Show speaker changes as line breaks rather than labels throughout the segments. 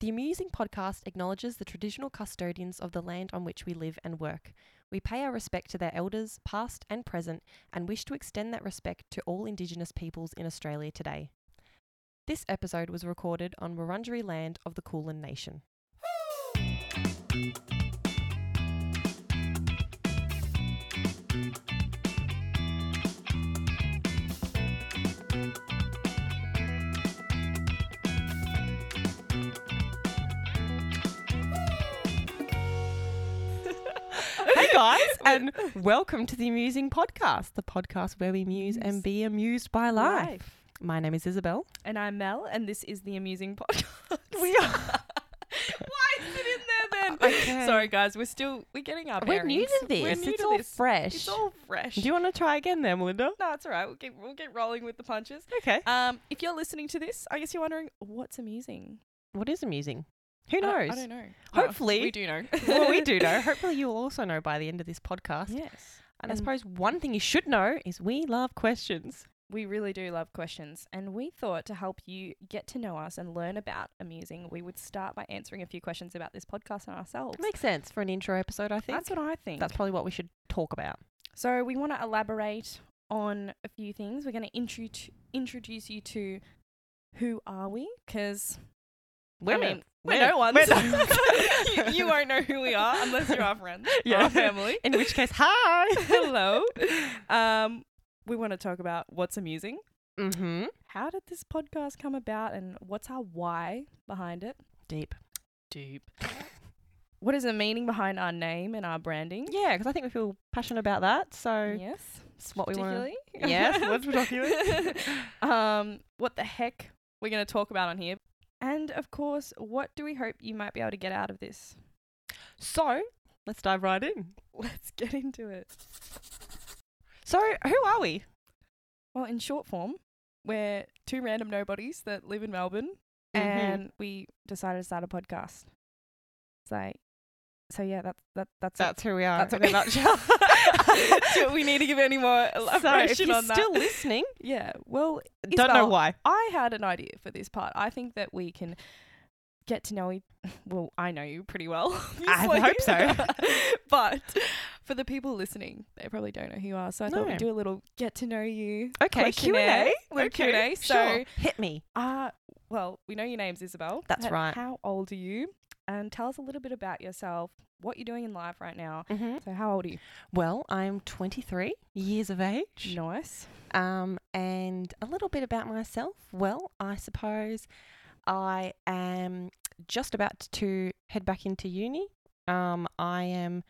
The Amusing podcast acknowledges the traditional custodians of the land on which we live and work. We pay our respect to their elders, past and present, and wish to extend that respect to all Indigenous peoples in Australia today. This episode was recorded on Wurundjeri land of the Kulin Nation. Hey guys, and welcome to the Amusing Podcast, the podcast where we muse and
Muse.
be amused by life. My name is Isabel.
And I'm Mel, and this is the amusing podcast.
We
are. Why is it in there then?
Okay.
Sorry, guys, we're still we're getting our
We're new
bearings.
to this.
We're new
it's
to
all
this.
fresh.
It's all fresh.
Do you want to try again there, Melinda?
no, it's all right. We'll get we'll get rolling with the punches.
Okay.
Um, if you're listening to this, I guess you're wondering what's amusing.
What is amusing? Who
I-
knows?
I, don't know. Well,
Hopefully-
we do know.
well, we do know. Hopefully, you'll also know by the end of this podcast.
yes,
And I
And-
suppose one thing you should know is we love questions.
we really do love questions, and we thought to help you get to know us and learn about amusing, we would start by answering a few questions about this podcast and ourselves.
Makes sense for an intro episode, I think.
That's what I think.
That's probably what we should talk about.
So we want to elaborate on a few things. We're going to intru- introduce you to who are we? Because
We're,
mean, we're no ones. you, you won't know who we are unless you're our friends,
Yeah.
our family.
In which case, hi.
Hello. Um, we want to talk about what's amusing.
mm-hmm.
How did this podcast come about, and what's our why behind it?
Deep.
Deep. What is the meaning behind our name and our branding?
Yeah, because I think we feel passionate about that. So
Yes,
it's what we want.
particularly.
Yes, what's particularly?
um, what the heck we're going to talk about on here. And of course, what do we hope you might be able to get out of this?
So let's dive right in.
Let's get into it.
So who are we?
Well, in short form, we're two random nobodies that live in Melbourne
Mhm.
and we decided to start a podcast. It's like, so yeah, that's that, that's,
That's who we are.
That's
in
what-
a nutshell.
it. Do we need to give any more
so if
elaboration
you're
on that?
still listening,
yeah, well,
don't know
Isabel,
why.
I had an idea for this part. I think that we can get to know each. Well, I know you pretty well.
I
obviously.
hope so.
but for the people listening, they probably don't know who you are. So I thought
No.
we'd do a little get to know you.
Okay, Q and
questionnaire,
A.
Little Q and A. So,
sure. hit me.
uh, well, we know your name's Isabel.
That's
but
right.
How old are you? And tell us a little bit about yourself. What you're doing in life right now.
Mm-hmm.
So how old are you?
Well, I'm 23 years of age.
Nice.
Um, and a little bit about myself. Well, I suppose I am just about to head back into uni. Um, I am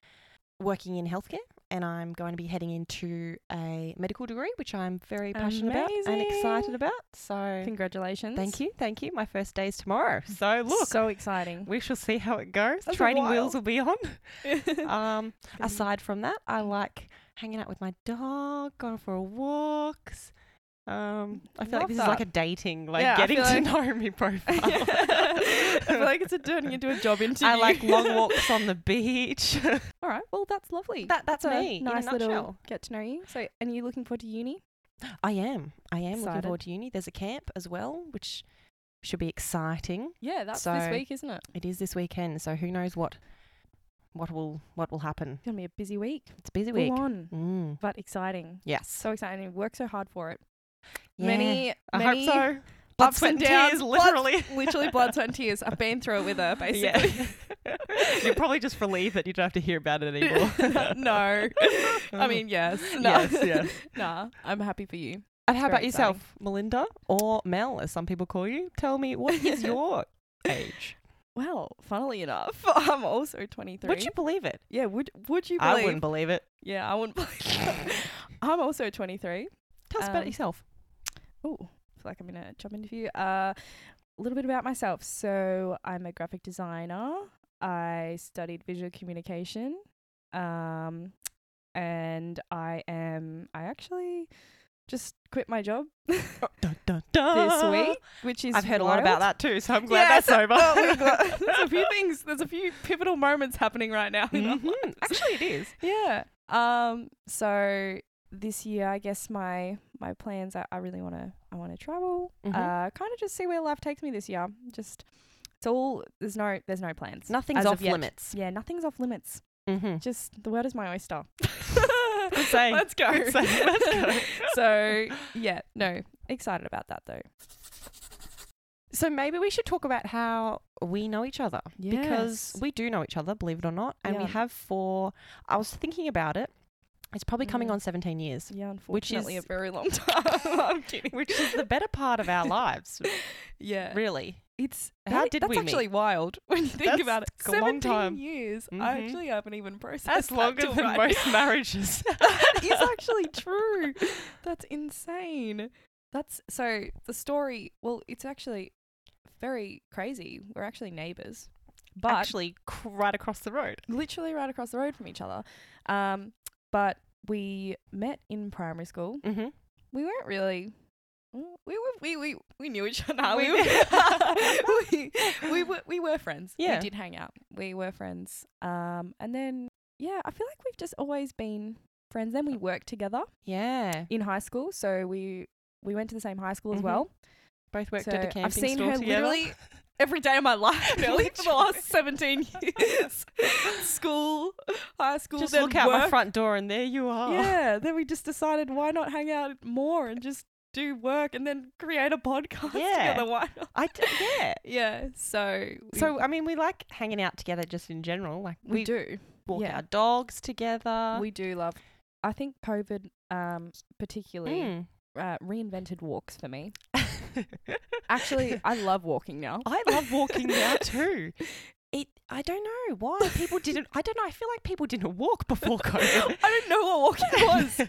working in healthcare and I'm going to be heading into a medical degree, which I'm very passionate about and excited
Amazing.
about. So
Congratulations.
thank you, thank you. My first day is tomorrow. So look,
So exciting.
we shall see how it goes.
That's a
Training wheels
while.
will be on. Um,
Busy.
aside from that, I like hanging out with my dog, going for walks. Um, I feel like
Love
this is like
that.
a dating, like
Yeah, I
getting
feel
to
like-
know me profile.
I feel like it's a turning into a job interview.
I like long walks on the beach.
All right. Well, that's lovely.
that that's
a
me.
Nice
in a
little
nutshell.
get to know you. So, and you looking forward to uni?
I am. I am looking
Excited.
forward to uni. There's a camp as well, which should be exciting.
Yeah, that's
So-
this week, isn't it?
It is this weekend, so who knows what what will what will happen.
It's gonna be a busy week.
It's a busy
Full
week.
on,
Mm.
but exciting.
Yes.
So exciting. You work so hard for it.
Yeah.
Many,
I
many
hope so. Blood,
ups
sweat,
and
and
downs.
tears,
blood-
literally.
literally blood, sweat, and tears. I've been through it with her, basically.
You're probably just relieved that you don't have to hear about it anymore.
no. I mean, yes. No.
yes, yes.
nah, I'm happy for you.
And how
Very
about yourself, Melinda, or Mel, as some people call you? Tell me, what is your age?
Well, funnily enough, I'm also 23.
Would you believe it?
Yeah, would would you
I
believe?
wouldn't believe it.
Yeah, I wouldn't believe. that. I'm also 23.
Tell us about
Um,
yourself.
Oh, feel like I'm in a job interview. Uh, a little bit about myself. So I'm a graphic designer. I studied visual communication, um, and I am. I actually just quit my job
Dun, dun,
this
dun.
week, which is
I've heard a lot about
wild.
that too, so I'm glad
Yeah,
that's
so-
over.
well, we're glad- there's a few things. There's a few pivotal moments happening right now. in our
Mhm. Actually, it is.
yeah. Um. So this year, I guess my my plans. I, I really want to. I want to travel.
Mhm.
Uh. Kind of just see where life takes me this year. Just It's all there's no there's no plans.
Nothing's
as of
off
yet.
limits.
Yeah, nothing's off limits.
Mm-hmm.
Just the word is my oyster.
same.
Let's go.
Good same. Let's go.
so yeah, no, excited about that though.
So maybe we should talk about how we know each other because
Yes.
we do know each other, believe it or not, and
Yeah.
we have for. I was thinking about it. It's probably coming
Mm.
on 17 years,
yeah,
which
unfortunately,
is-
a very long time. I'm kidding.
which is the better part of our lives,
yeah,
really.
it's
How
that-
did
that's
we meet?
actually wild when you think
That's
about it.
a long time.
years. I
Mhm.
actually haven't even processed
That's
that
longer
till
than
right
most
now.
marriages.
that is actually true. That's insane. That's so the story. Well, it's actually very crazy. We're actually neighbors, but
actually, c- right across the road.
literally right across the road from each other. Um, but we met in primary school.
Mm-hmm.
We weren't really. well, We were, we we we knew each other. We
We
were, we,
did.
we were we were friends.
Yeah.
we did hang out. We were friends. Um, and then yeah, I feel like we've just always been friends. Then we worked together
Yeah,
in high school, so we we went to the same high school as
Mhm.
well.
both worked
So
at a
I've
camping
seen
store
her
together.
literally Every day of my life, really, for the last seventeen years, school, high school,
just
then
look out my Oh.
work.
front door, and there you are.
Yeah, then we just decided why not hang out more and just do work and then create a podcast
Yeah.
together. Why not?
I d- yeah.
Yeah, so we,
So I mean, we like hanging out together just in general. Like
we, do,
walk
yeah.
our dogs together.
we do love. I think COVID, um, particularly,
Mm.
uh, reinvented walks for me. Actually, I love walking now.
I love walking now too. It. I don't know why people didn't. I don't know. I feel like people didn't walk before COVID.
I didn't know what walking was.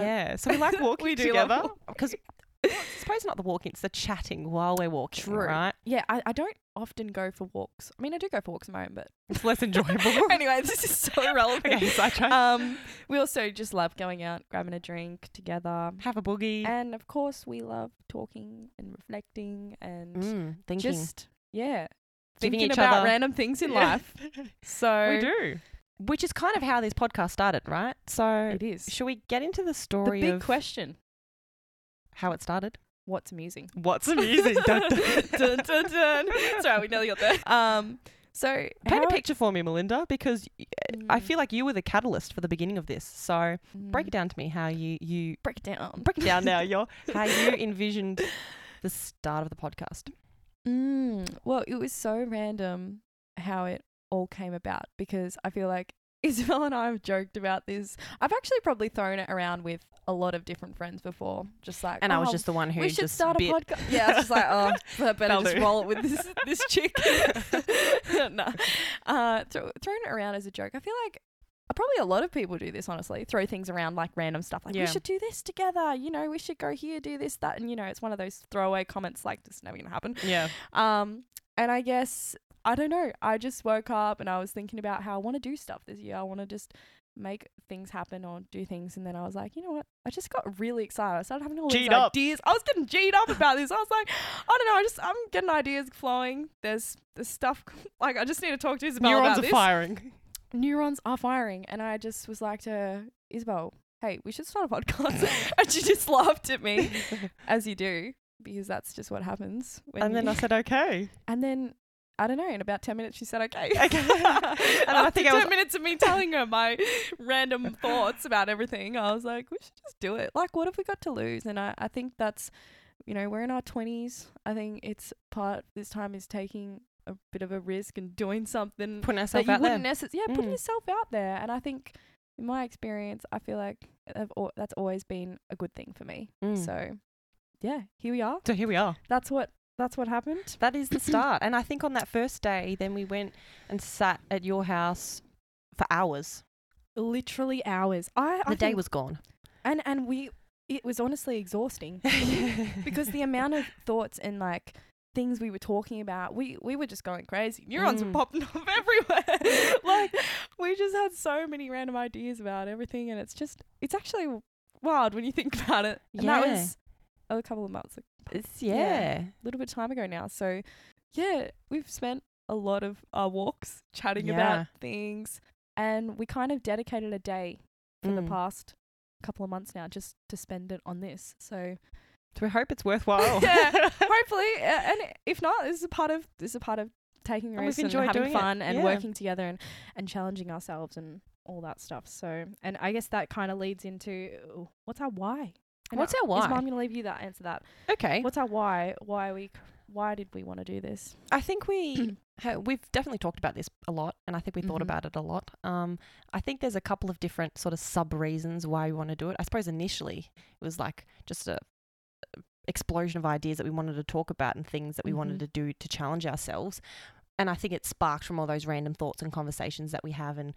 yeah. So we like walking
We do love
together because I suppose not the walking. It's the chatting while we're walking.
True.
Right.
yeah, I, I don't often go for walks. I mean, I do go for walks on my own, but
It's less enjoyable.
anyway, this is so irrelevant.
okay. Sidetrack.
Um, we also just love going out, grabbing a drink together.
Have a boogie.
And of course, we love talking and reflecting and
Mm, thinking.
just yeah,
Giving
thinking
each
about
other-
random things in
Yeah.
life. So
we do. Which is kind of how this podcast started, right? So
it is
should we get into the
the
story
big
of
question:
how it started?
What's amusing?
What's
dun, dun, dun. Sorry, we nearly got there. Um, so
Paint
how-
a picture for me, Melinda, because y- I
Mm,
feel like you were the catalyst for the beginning of this. So break it down to me how you you
mm, break it down.
break it down now, your how you envisioned the start of the podcast.
Mm, well, it was so random how it all came about because I feel like Isabel and I have joked about this. I've actually probably thrown it around with a lot of different friends before, just like
And I was
"Oh,
just the one who
we should
just
start a
bit-
podcast. Yeah, I was just like, oh, I better
That'll
just
do.
roll it with this this chick. no, uh, throw, thrown it around as a joke. I feel like probably a lot of people do this. Honestly, throw things around like random stuff. Like
Yeah.
we should do this together. You know, we should go here, do this, that, and you know, it's one of those throwaway comments. Like this is never gonna happen.
Yeah.
Um, and I guess I don't know. I just woke up and I was thinking about how I want to do stuff this year. I want to just make things happen or do things. And then I was like, you know what? I just got really excited. I started having all these
G'd up.
ideas. I was getting g'd up about this. I was like, I don't know. I just I'm getting ideas flowing. There's there's stuff like I just need to talk to Isabel
Neurons
about
are
this.
firing.
Neurons are firing, and I just was like to Isabel, hey, we should start a podcast. and she just laughed at me as you do because that's just what happens. When
and then
you-
I said, okay.
and then I don't know. In about ten minutes, she said, "Okay."
Okay. And I
After
think I
ten
was-
minutes of me telling her my random thoughts about everything, I was like, "We should just do it. Like, what have we got to lose?" And I, I think that's, you know, we're in our twenties. I think it's part this time is taking a bit of a risk and doing something
Putting
that
ourselves
you
out there.
wouldn't necessarily. Yeah, putting
Mm.
yourself out there. And I think, in my experience, I feel like I've, al- that's always been a good thing for me.
Mm.
So, yeah, here we are.
so here we are.
That's what that's what happened.
That is the start. and I think on that first day, then we went and sat at your house for hours.
literally hours. I, I
the day
think-
was gone.
and and we it was honestly exhausting because the amount of thoughts and like things we were talking about, we we were just going crazy. Neurons were
Mm.
popping off everywhere. like we just had so many random ideas about everything, and it's just it's actually wild when you think about it. And that
Yeah.
was a couple of months, a
It's,
Yeah.
yeah.
little bit of time ago now. So yeah, we've spent a lot of our walks chatting
Yeah.
about things, and we kind of dedicated a day for the
Mm.
past couple of months now just to spend it on this. So
So we hope it's worthwhile.
Yeah, hopefully, uh, and if not, this is a part of this is a part of taking
And we've
risks and,
enjoyed
having
doing it,
fun and
yeah.
working together and and challenging ourselves and all that stuff. So, and I guess that kind of leads into what's our why? And
What's
I-
our
Is
why?
Mum going to leave you that answer that?
okay.
What's our why? Why we? Why did we want to do this?
I think we ha- we've definitely talked about this a lot, and I think we thought
Mhm.
about it a lot. Um, I think there's a couple of different sort of sub reasons why we want to do it. I suppose initially it was like just a explosion of ideas that we wanted to talk about and things that we wanted
Mhm.
to do to challenge ourselves. And I think it sparked from all those random thoughts and conversations that we have, and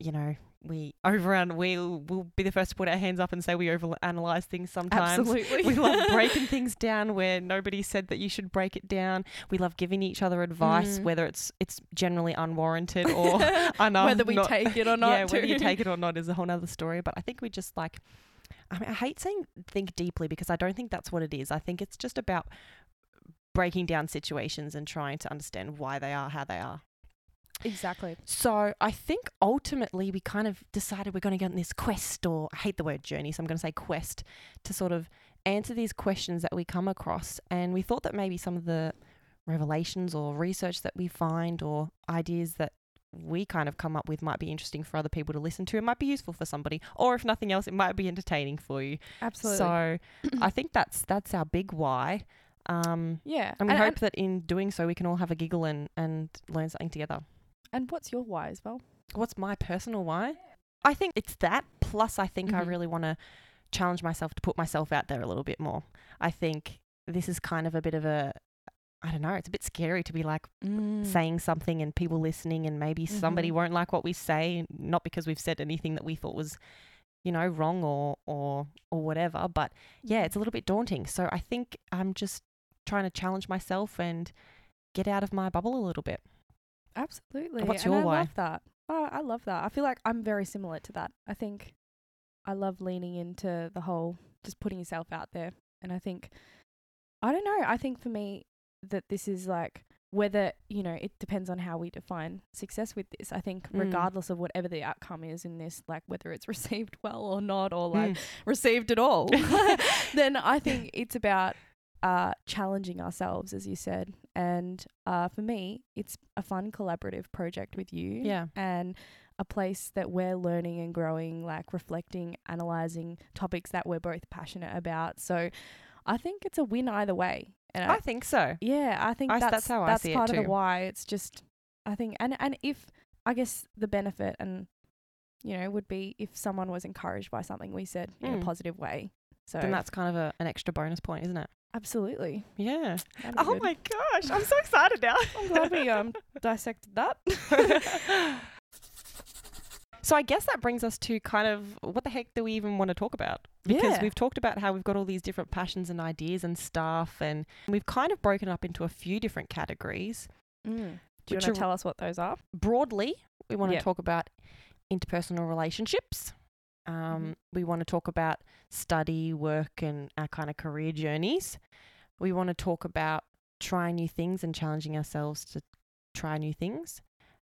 you know, we overrun. We'll we'll be the first to put our hands up and say we overanalyze things sometimes.
Absolutely,
We love breaking things down where nobody said that you should break it down. We love giving each other advice,
Mm.
whether it's it's generally unwarranted or enough.
whether we take it or not.
yeah, whether you
too.
take it or not is a whole nother story. But I think we just like, I mean, I hate saying think deeply because I don't think that's what it is. I think it's just about breaking down situations and trying to understand why they are how they are.
exactly.
So I think ultimately we kind of decided we're going to go on this quest, or I hate the word journey, so I'm going to say quest, to sort of answer these questions that we come across. And we thought that maybe some of the revelations or research that we find or ideas that we kind of come up with might be interesting for other people to listen to. It might be useful for somebody, or if nothing else, it might be entertaining for you.
Absolutely.
So I think that's that's our big why. Um,
yeah,
and we
and,
hope
and,
that in doing so, we can all have a giggle and, and learn something together.
and what's your why as well?
What's my personal why? I think it's that. Plus, I think I
Mhm.
really want to challenge myself to put myself out there a little bit more. I think this is kind of a bit of a, I don't know, it's a bit scary to be like
Mm.
saying something and people listening, and maybe somebody
Mhm.
won't like what we say, not because we've said anything that we thought was, you know, wrong or or or whatever. But yeah, it's a little bit daunting. So I think I'm just trying to challenge myself and get out of my bubble a little bit.
Absolutely.
What's
and
your
I
why?
love that. Oh, I love that. I feel like I'm very similar to that. I think I love leaning into the whole just putting yourself out there. And I think I don't know, I think for me that this is like whether, you know, it depends on how we define success with this. I think
Mm.
regardless of whatever the outcome is in this, like whether it's received well or not or like
Mm.
received at all, then I think it's about uh, challenging ourselves, as you said. And uh, for me, it's a fun collaborative project with you.
yeah.
And a place that we're learning and growing, like reflecting, analyzing topics that we're both passionate about. So I think it's a win either way. And
I think so.
yeah, I think
I s-
that's
that's how I
that's
see it
part of
too.
the why. It's just I think and and if I guess the benefit and you know would be if someone was encouraged by something we said in
Mm.
a positive way. So
Then that's kind of a, an extra bonus point, isn't it?
absolutely.
Yeah.
That'd be
Oh
good.
my gosh, I'm so excited now.
I'm glad we um dissected that. Mm.
so I guess that brings us to kind of what the heck do we even want to talk about? Because
Yeah.
we've talked about how we've got all these different passions and ideas and stuff, and we've kind of broken up into a few different categories.
Mm. Do you
Which
want
are-
to tell us what those are?
Broadly, we want to
Yep.
talk about interpersonal relationships. Um,
Mm-hmm.
We want to talk about study, work, and our kind of career journeys. We want to talk about trying new things and challenging ourselves to try new things.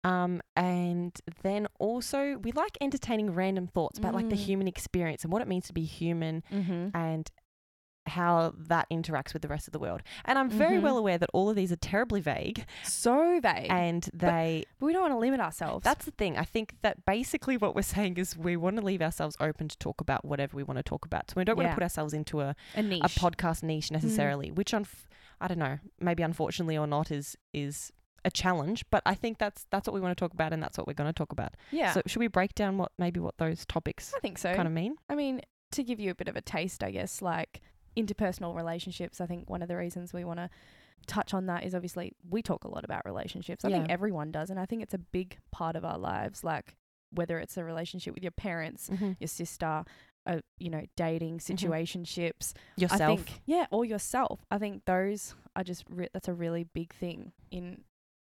Um, and then also, we like entertaining random thoughts about like the
Mm.
human experience and what it means to be human
Mm-hmm.
and how that interacts with the rest of the world. And I'm very
Mhm.
well aware that all of these are terribly vague
So vague.
and they.
Eh, but we don't want to limit ourselves.
That's the thing. I think that basically what we're saying is we want to leave ourselves open to talk about whatever we want to talk about. So we don't want to
Yeah.
put ourselves into a,
a
a
niche. Mm.
podcast niche necessarily, which unf- I don't know, maybe unfortunately or not is is a challenge. But I think that's that's what we want to talk about, and that's what we're going to talk about.
yeah.
So should we break down what maybe what those topics
I think so.
kind of mean?
I mean, to give you a bit of a taste, I guess, like interpersonal relationships, I think one of the reasons we want to touch on that is obviously we talk a lot about relationships. I think
Yeah.
everyone does. And I think it's a big part of our lives, like whether it's a relationship with your parents, your sister, uh, you know, dating,
Mm-hmm.
situationships.
Yourself.
I think, yeah, or yourself. I think those are just, re- that's a really big thing in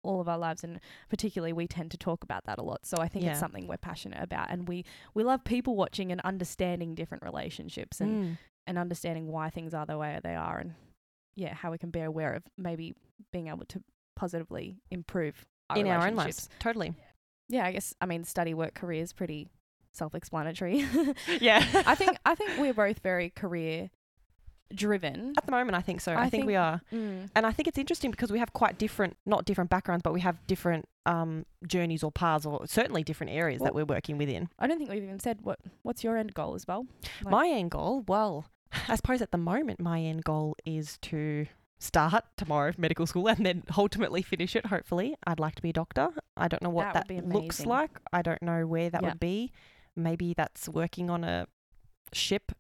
all of our lives and particularly we tend to talk about that a lot so i think
Yeah.
it's something we're passionate about and we we love people watching and understanding different relationships and
Mm.
and understanding why things are the way they are and yeah how we can be aware of maybe being able to positively improve our
in our own
relationships.
lives, totally.
yeah i guess i mean study work career is pretty self-explanatory
Yeah,
i think i think we're both very career driven. Mm.
At the moment, I think so. I,
I
think, we
think-
are. And I think it's interesting because we have quite different, not different backgrounds, but we have different um, journeys or paths or certainly different areas that we're working within.
I don't think we've even said what what's your end goal as well. Like-
my end goal, well, I suppose at the moment, my end goal is to start tomorrow medical school and then ultimately finish it, hopefully. I'd like to be a doctor. I don't know what
That
that,
would be
looks
amazing.
like. I don't know where that
Yeah.
would be. Maybe that's working on a ship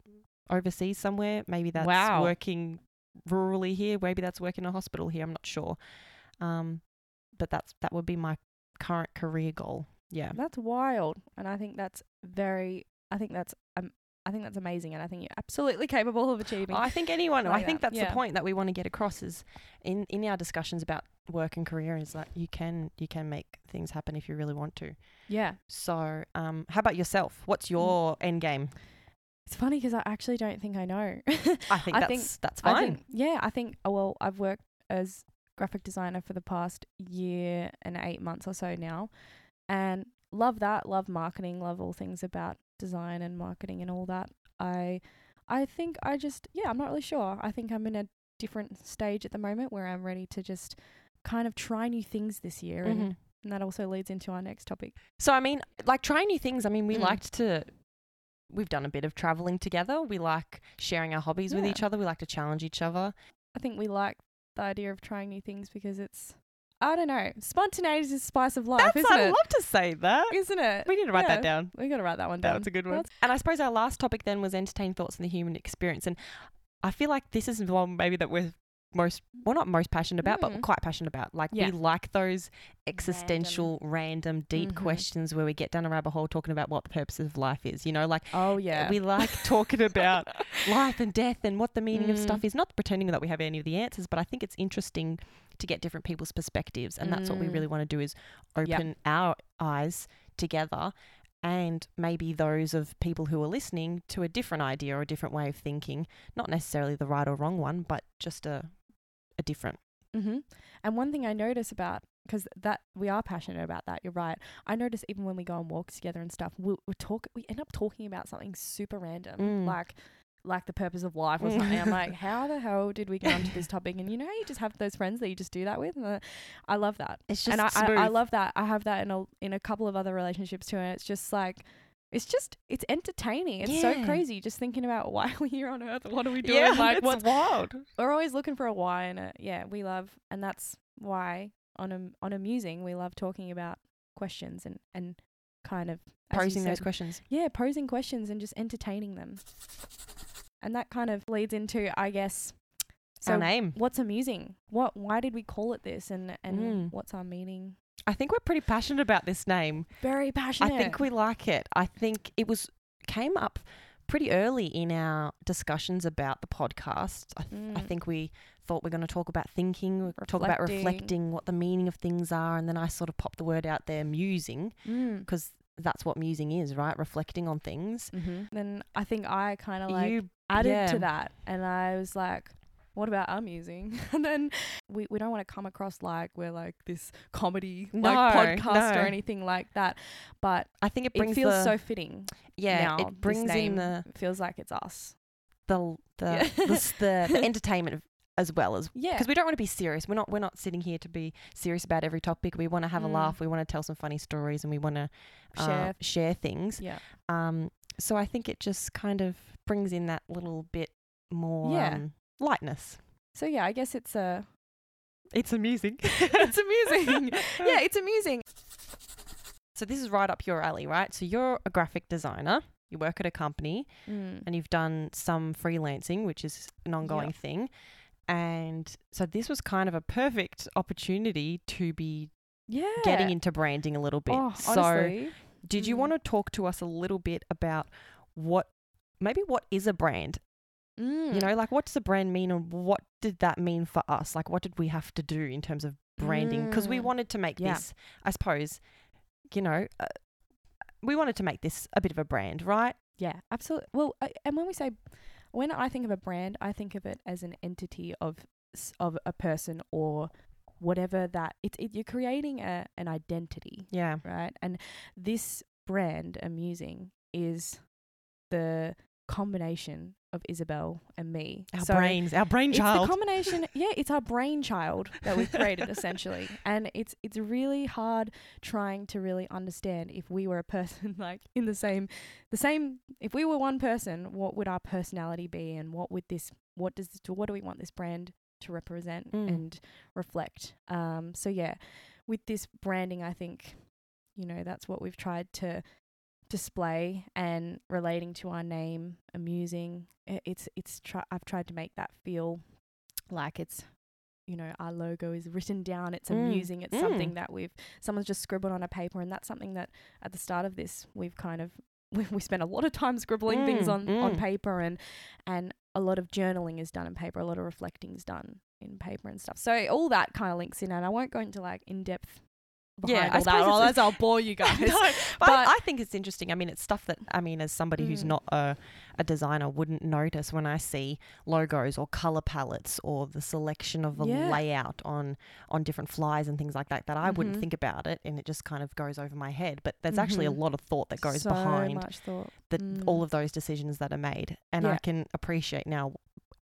overseas somewhere. Maybe that's
Wow.
working rurally here. Maybe that's working in a hospital here. I'm not sure. Um, but that's that would be my current career goal. Yeah.
That's wild, and I think that's very. I think that's um, I think that's amazing, and I think you're absolutely capable of achieving.
I think anyone.
like
I think
that,
that's
yeah.
the point that we want to get across is in in our discussions about work and career is that you can you can make things happen if you really want to.
yeah,
So, um, how about yourself?
Mm.
What's your end game?
it's funny because I actually don't think I know.
I think
I
that's
think-
that's
I
fine.
think- yeah, I think. oh, Well, I've worked as graphic designer for the past year and eight months or so now, and love that. Love marketing. Love all things about design and marketing and all that. I, I think I just yeah, I'm not really sure. I think I'm in a different stage at the moment where I'm ready to just kind of try new things this year, and,
Mhm.
and that also leads into our next topic.
So, I mean, like trying new things. I mean, we
Mm.
liked to. We've done a bit of traveling together. We like sharing our hobbies with
Yeah.
each other. We like to challenge each other.
I think we like the idea of trying new things because it's I don't know, spontaneity is the spice of life,
that's.
isn't
I
it?
love to say that.
Isn't it?
We need to write
Yeah.
that down.
We gotta write that one
That
down.
was a good one. Um, And I suppose our last topic then was entertaining thoughts on the human experience. And I feel like this is the one maybe that we're most, well, not most passionate about, but
Mm.
we're quite passionate about. Like,
Yeah.
we like those existential, random, Mm-hmm. deep
Mhm.
questions where we get down a rabbit hole talking about what the purpose of life is. You know, like,
Oh yeah.
we like talking about life and death and what the meaning of
Mm.
stuff is. Not pretending that we have any of the answers, but I think it's interesting to get different people's perspectives, and that's what we
Mm.
really want to do is
Yep.
open our eyes together and maybe those of people who are listening to a different idea or a different way of thinking, not necessarily the right or wrong one, but just a a different.
hmm And one thing I notice about because that we are passionate about that. You're right. I notice even when we go on walks together and stuff, we we talk. We end up talking about something super random,
Mm.
like like the purpose of life or
Mm.
something. I'm like, how the hell did we get onto this topic? And you know, how you just have those friends that you just do that with. And uh, I love that.
It's
and I, I, I love that. I have that in a in a couple of other relationships too, and it's just like. It's just, it's entertaining. It's so
Yeah.
crazy just thinking about why we're here on earth. What are we doing?
yeah,
like,
it's
what's
wild.
we're always looking for a why and a yeah we love and that's why on a on amusing we love talking about questions and and kind of as you
Posing those
said,
questions.
yeah posing questions and just entertaining them and that kind of leads into i guess so
our name.
what's amusing what why did we call it this and and
Mm.
what's our meaning
I think we're pretty passionate about this name.
very passionate
I think we like it. I think it was came up pretty early in our discussions about the podcast. I, th- I
Mm.
think we thought we're going to talk about thinking, we talk about
Reflecting.
reflecting, what the meaning of things are, and then I sort of popped the word out there, musing,
mm.
because that's what musing is, right? Reflecting on things.
hmm then i think i kind of like
you
added
Yeah.
to that and I was like, what about I'm using? And then we, we don't want to come across like we're like this comedy like
No,
podcast
no.
or anything like that. But
I think it brings
it feels
the,
so fitting.
yeah,
now, this
it brings
name.
in the
It feels like it's us.
the the
Yeah.
the, s- the, the entertainment of- as well as
Yeah.
because we don't want to be serious. We're not we're not sitting here to be serious about every topic. We want to have a
Mm.
laugh. We want to tell some funny stories, and we want to uh,
Share.
share things.
Yeah.
Um. So I think it just kind of brings in that little bit more
Yeah.
um, lightness.
So yeah, I guess it's a
It's amusing.
it's amusing. yeah, it's amusing.
So this is right up your alley, right? So you're a graphic designer. You work at a company.
Mm.
and you've done some freelancing, which is an ongoing
Yep.
thing. And so this was kind of a perfect opportunity to be
Yeah.
getting into branding a little bit.
Oh,
so,
honestly.
did you
Mm.
want to talk to us a little bit about what maybe what is a brand?
Mm.
You know, like what does a brand mean and what did that mean for us? Like what did we have to do in terms of branding? Because we
Mm.
wanted to make
Yeah.
this, I suppose, you know, uh, we wanted to make this a bit of a brand, right?
Yeah, absolutely. Well, I, and when we say, when I think of a brand, I think of it as an entity of s- of a person or whatever that it, it you're creating a an identity,
Yeah.
right? And this brand, amusing, is the combination of Isabel and me.
Our
So
brains, our
It's
brainchild.
the combination. Yeah, it's our brainchild that we've created essentially, and it's it's really hard trying to really understand if we were a person like in the same, the same. If we were one person, what would our personality be, and what would this, what does, this, what do we want this brand to represent
Mm.
and reflect? Um, so yeah, with this branding, I think, you know, that's what we've tried to display and relating to our name amusing I- it's it's try- i've tried to make that feel like it's you know our logo is written down it's
Mm.
amusing it's something
Mm.
that we've someone's just scribbled on a paper and that's something that at the start of this we've kind of we, we spent a lot of time scribbling things
Mm,
on on
mm.
paper and and a lot of journaling is done in paper a lot of reflecting is done in paper and stuff so all that kind of links in and i won't go into like in-depth
Yeah,
behind
I
all that
suppose it's-
otherwise i'll bore you guys
No, but,
but-
I think it's interesting. I mean, it's stuff that I mean, as somebody who's
Mm.
not a, a designer, wouldn't notice when I see logos or color palettes or the selection of the
Yeah.
layout on on different flies and things like that. That I wouldn't
Mhm.
think about it, and it just kind of goes over my head. But there's actually a
Mhm.
lot of thought that goes
so
behind
much thought
the,
Mm.
all of those decisions that are made, and I
Yeah.
can appreciate now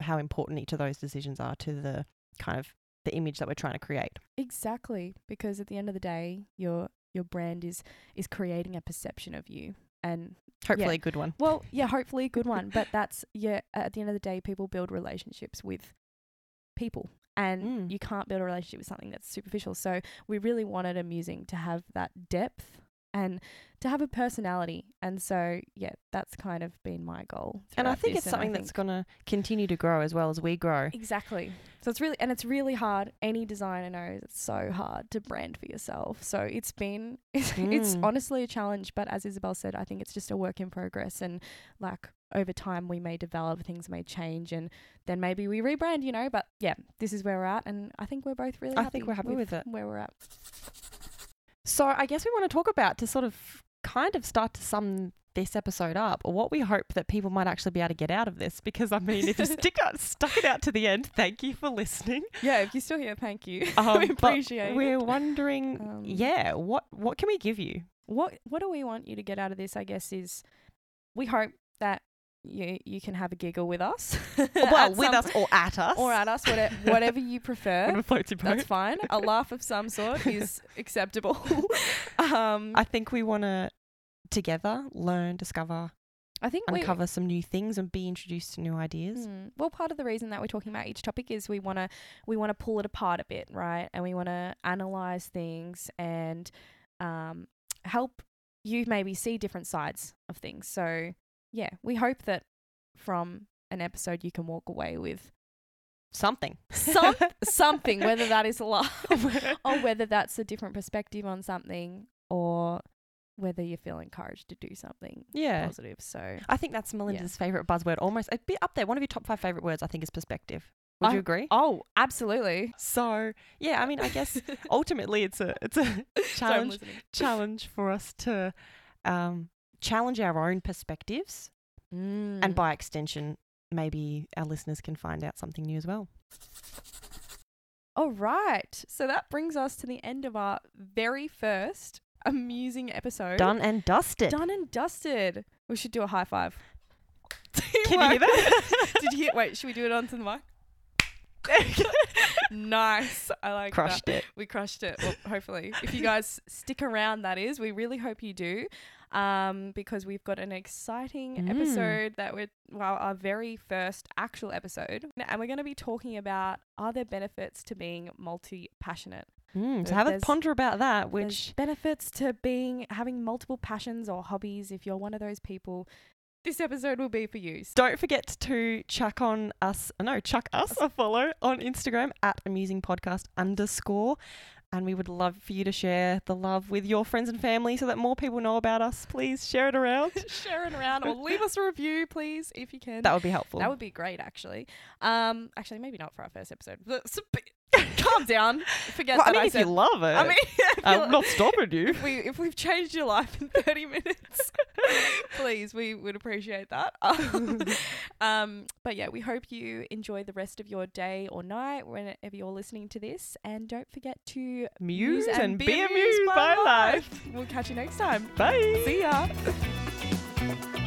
how important each of those decisions are to the kind of the image that we're trying to create.
Exactly, because at the end of the day, your your brand is is creating a perception of you, and
Hopefully, a good one.
well, yeah, hopefully a good one. But that's yeah. At the end of the day, people build relationships with people, and
Mm.
you can't build a relationship with something that's superficial. So we really wanted amusing to have that depth and to have a personality, and so yeah, that's kind of been my goal.
And I
throughout
think
this,
it's something
I
that's
think-
going to continue to grow as well as we grow.
Exactly. So it's really and it's really hard. Any designer knows it's so hard to brand for yourself. So it's been it's, it's
Mm.
honestly a challenge, but as Isabel said, I think it's just a work in progress and like over time we may develop things may change and then maybe we rebrand, you know, but yeah, this is where we're at and I think we're both really
I
happy
think we're happy with it.
where we're at.
So I guess we want to talk about to sort of kind of start to sum this episode up, what we hope that people might actually be able to get out of this. Because I mean, if you stick out, stuck it out to the end, thank you for listening.
Yeah, if you're still here, thank you.
Um,
we
but
appreciate
We're
it.
wondering,
Um,
yeah, what what can we give you?
what what do we want you to get out of this i guess is we hope that you you can have a giggle with us
Well,
At
with
some-
us or at us,
or at us whatever, whatever you prefer
Whatever floats your
that's
boat.
fine a laugh of some sort is acceptable um
I think we want to together learn, discover,
i think we
uncover some new things, and be introduced to new ideas.
Mm. Well, part of the reason that we're talking about each topic is we want to we want to pull it apart a bit, right? And we want to analyze things and um, help you maybe see different sides of things. So, yeah, we hope that from an episode you can walk away with
Something,
some something, whether that is a laugh or whether that's a different perspective on something, or whether you feel encouraged to do something
yeah,
positive. So,
I think that's Melinda's favorite buzzword. Almost, it'd be up there. One of your top five favorite words, I think, is perspective. Would
I-
you agree?
oh, absolutely.
So, yeah, I mean, I guess ultimately it's a it's a
Sorry, I'm
challenge
listening.
challenge for us to um, challenge our own perspectives,
Mm.
and by extension, maybe our listeners can find out something new as well.
All right. So that brings us to the end of our very first amusing episode.
Done and dusted.
Done and dusted. We should do a high five.
Can you hear that?
Did you hear? Wait, should we do it onto the mic? Nice. I like
Crushed
that.
it.
We crushed it. Well, hopefully. If you guys stick around, that is. We really hope you do um, because we've got an exciting
Mm.
episode that we're, well, our very first actual episode. And we're going to be talking about are there benefits to being multi passionate?
Mm, so
Uh,
have a
there's-
ponder about that.
There's
Which
benefits to being having multiple passions or hobbies if you're one of those people this episode will be for you So
don't forget to chuck on us. uh, No, chuck us a follow on Instagram at amusing podcast underscore. And we would love for you to share the love with your friends and family so that more people know about us. Please share it around.
share it around or leave us a review please if you can
That would be helpful.
That would be great actually um actually maybe not for our first episode but s- but- calm down forget
well, I
that
mean,
I
if
said
you love it, uh,
I mean if
I'm
you're-
not stopping you.
if we if we've changed your life in 30 minutes please we would appreciate that um, um, but yeah we hope you enjoy the rest of your day or night whenever you're listening to this and don't forget to
Muse and, be, amused,
amused
by life.
we'll catch you next time
Bye.
see ya
ya.